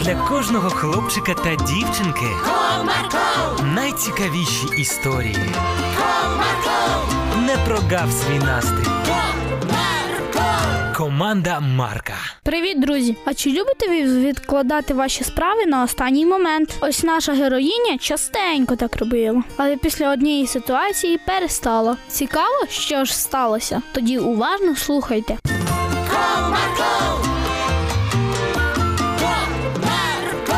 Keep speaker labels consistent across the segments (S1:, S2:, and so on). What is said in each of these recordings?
S1: для кожного хлопчика та дівчинки
S2: Comarco,
S1: найцікавіші історії.
S2: Comarco,
S1: Не прогав свій настрій.
S2: Comarco,
S1: Команда Марка.
S3: Привіт, друзі! А чи любите ви відкладати ваші справи на останній момент? Ось наша героїня частенько так робила, але після однієї ситуації перестала. Цікаво, що ж сталося? Тоді уважно слухайте.
S2: Comarco,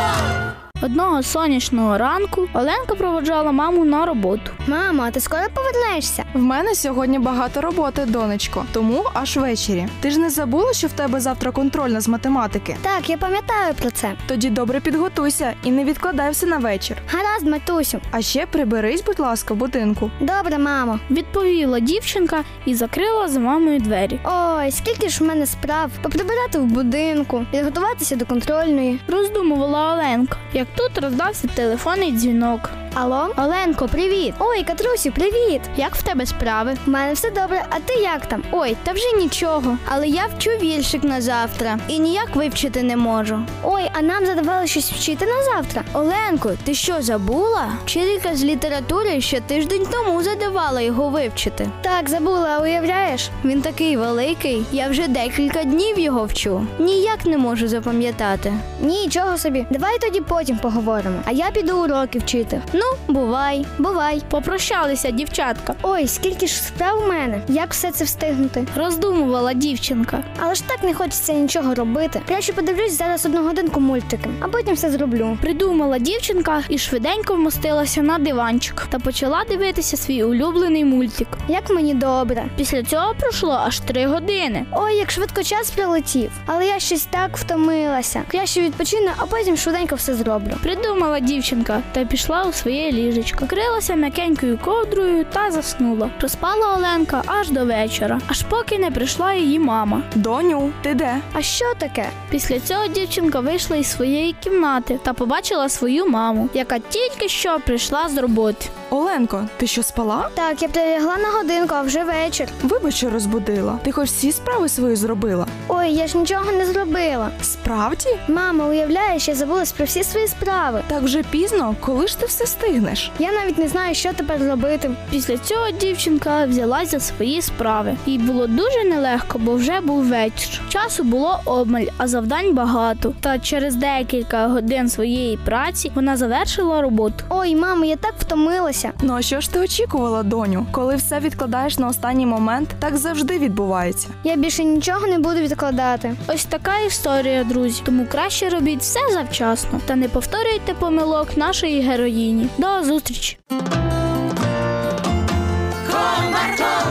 S3: Одного сонячного ранку Оленка проводжала маму на роботу.
S4: Мамо, а ти скоро повернешся?
S5: В мене сьогодні багато роботи, донечко, тому аж ввечері. Ти ж не забула, що в тебе завтра контрольна з математики.
S4: Так, я пам'ятаю про це.
S5: Тоді добре підготуйся і не відкладай все на вечір.
S4: Гаразд, матусю.
S5: А ще приберись, будь ласка, в будинку.
S4: Добре, мамо.
S3: Відповіла дівчинка і закрила за мамою двері.
S4: Ой, скільки ж в мене справ. Поприбирати в будинку, підготуватися до контрольної.
S3: Роздумувала Оленка, як тут роздався телефонний дзвінок.
S4: Алло, Оленко, привіт. Ой, Катрусю, привіт.
S3: Як в тебе справи?
S4: У мене все добре, а ти як там? Ой, та вже нічого. Але я вчу віршик на завтра і ніяк вивчити не можу. Ой, а нам задавали щось вчити на завтра. Оленко, ти що забула? Вчителька з літератури ще тиждень тому задавала його вивчити. Так, забула, а уявляєш? Він такий великий. Я вже декілька днів його вчу. Ніяк не можу запам'ятати. Нічого собі, давай тоді потім поговоримо. А я піду уроки вчити. Ну, бувай, бувай.
S3: Попрощалися дівчатка.
S4: Ой, скільки ж справ у мене, як все це встигнути?
S3: Роздумувала дівчинка.
S4: Але ж так не хочеться нічого робити. Краще подивлюсь зараз одну годинку мультики, а потім все зроблю.
S3: Придумала дівчинка і швиденько вмостилася на диванчик та почала дивитися свій улюблений мультик.
S4: Як мені добре.
S3: Після цього пройшло аж три години.
S4: Ой, як швидко час прилетів, але я щось так втомилася. Краще відпочину, а потім швиденько все зроблю.
S3: Придумала дівчинка та пішла у своє ліжечко, крилася м'якенькою ковдрою та заснула. Проспала Оленка аж до вечора, аж поки не прийшла її мама.
S5: Доню, ти де?
S4: А що таке?
S3: Після цього дівчинка вийшла із своєї кімнати та побачила свою маму, яка тільки що прийшла з роботи.
S5: Оленко, ти що спала?
S4: Так, я прилягла на годинку, а вже вечір.
S5: Вибач, що розбудила. Ти хоч всі справи свої зробила.
S4: Ой, я ж нічого не зробила.
S5: Справді?
S4: Мама, уявляєш, я забулась про всі свої справи.
S5: Так вже пізно, коли ж ти все стигнеш?
S4: Я навіть не знаю, що тепер робити.
S3: Після цього дівчинка взялась за свої справи. Їй було дуже нелегко, бо вже був вечір. Часу було обмаль, а завдань багато. Та через декілька годин своєї праці вона завершила роботу.
S4: Ой, мамо, я так втомилася.
S5: Ну а що ж ти очікувала, доню? Коли все відкладаєш на останній момент, так завжди відбувається.
S4: Я більше нічого не буду відкладати.
S3: Ось така історія, друзі. Тому краще робіть все завчасно та не повторюйте помилок нашої героїні. До зустрічі!
S2: Comarco,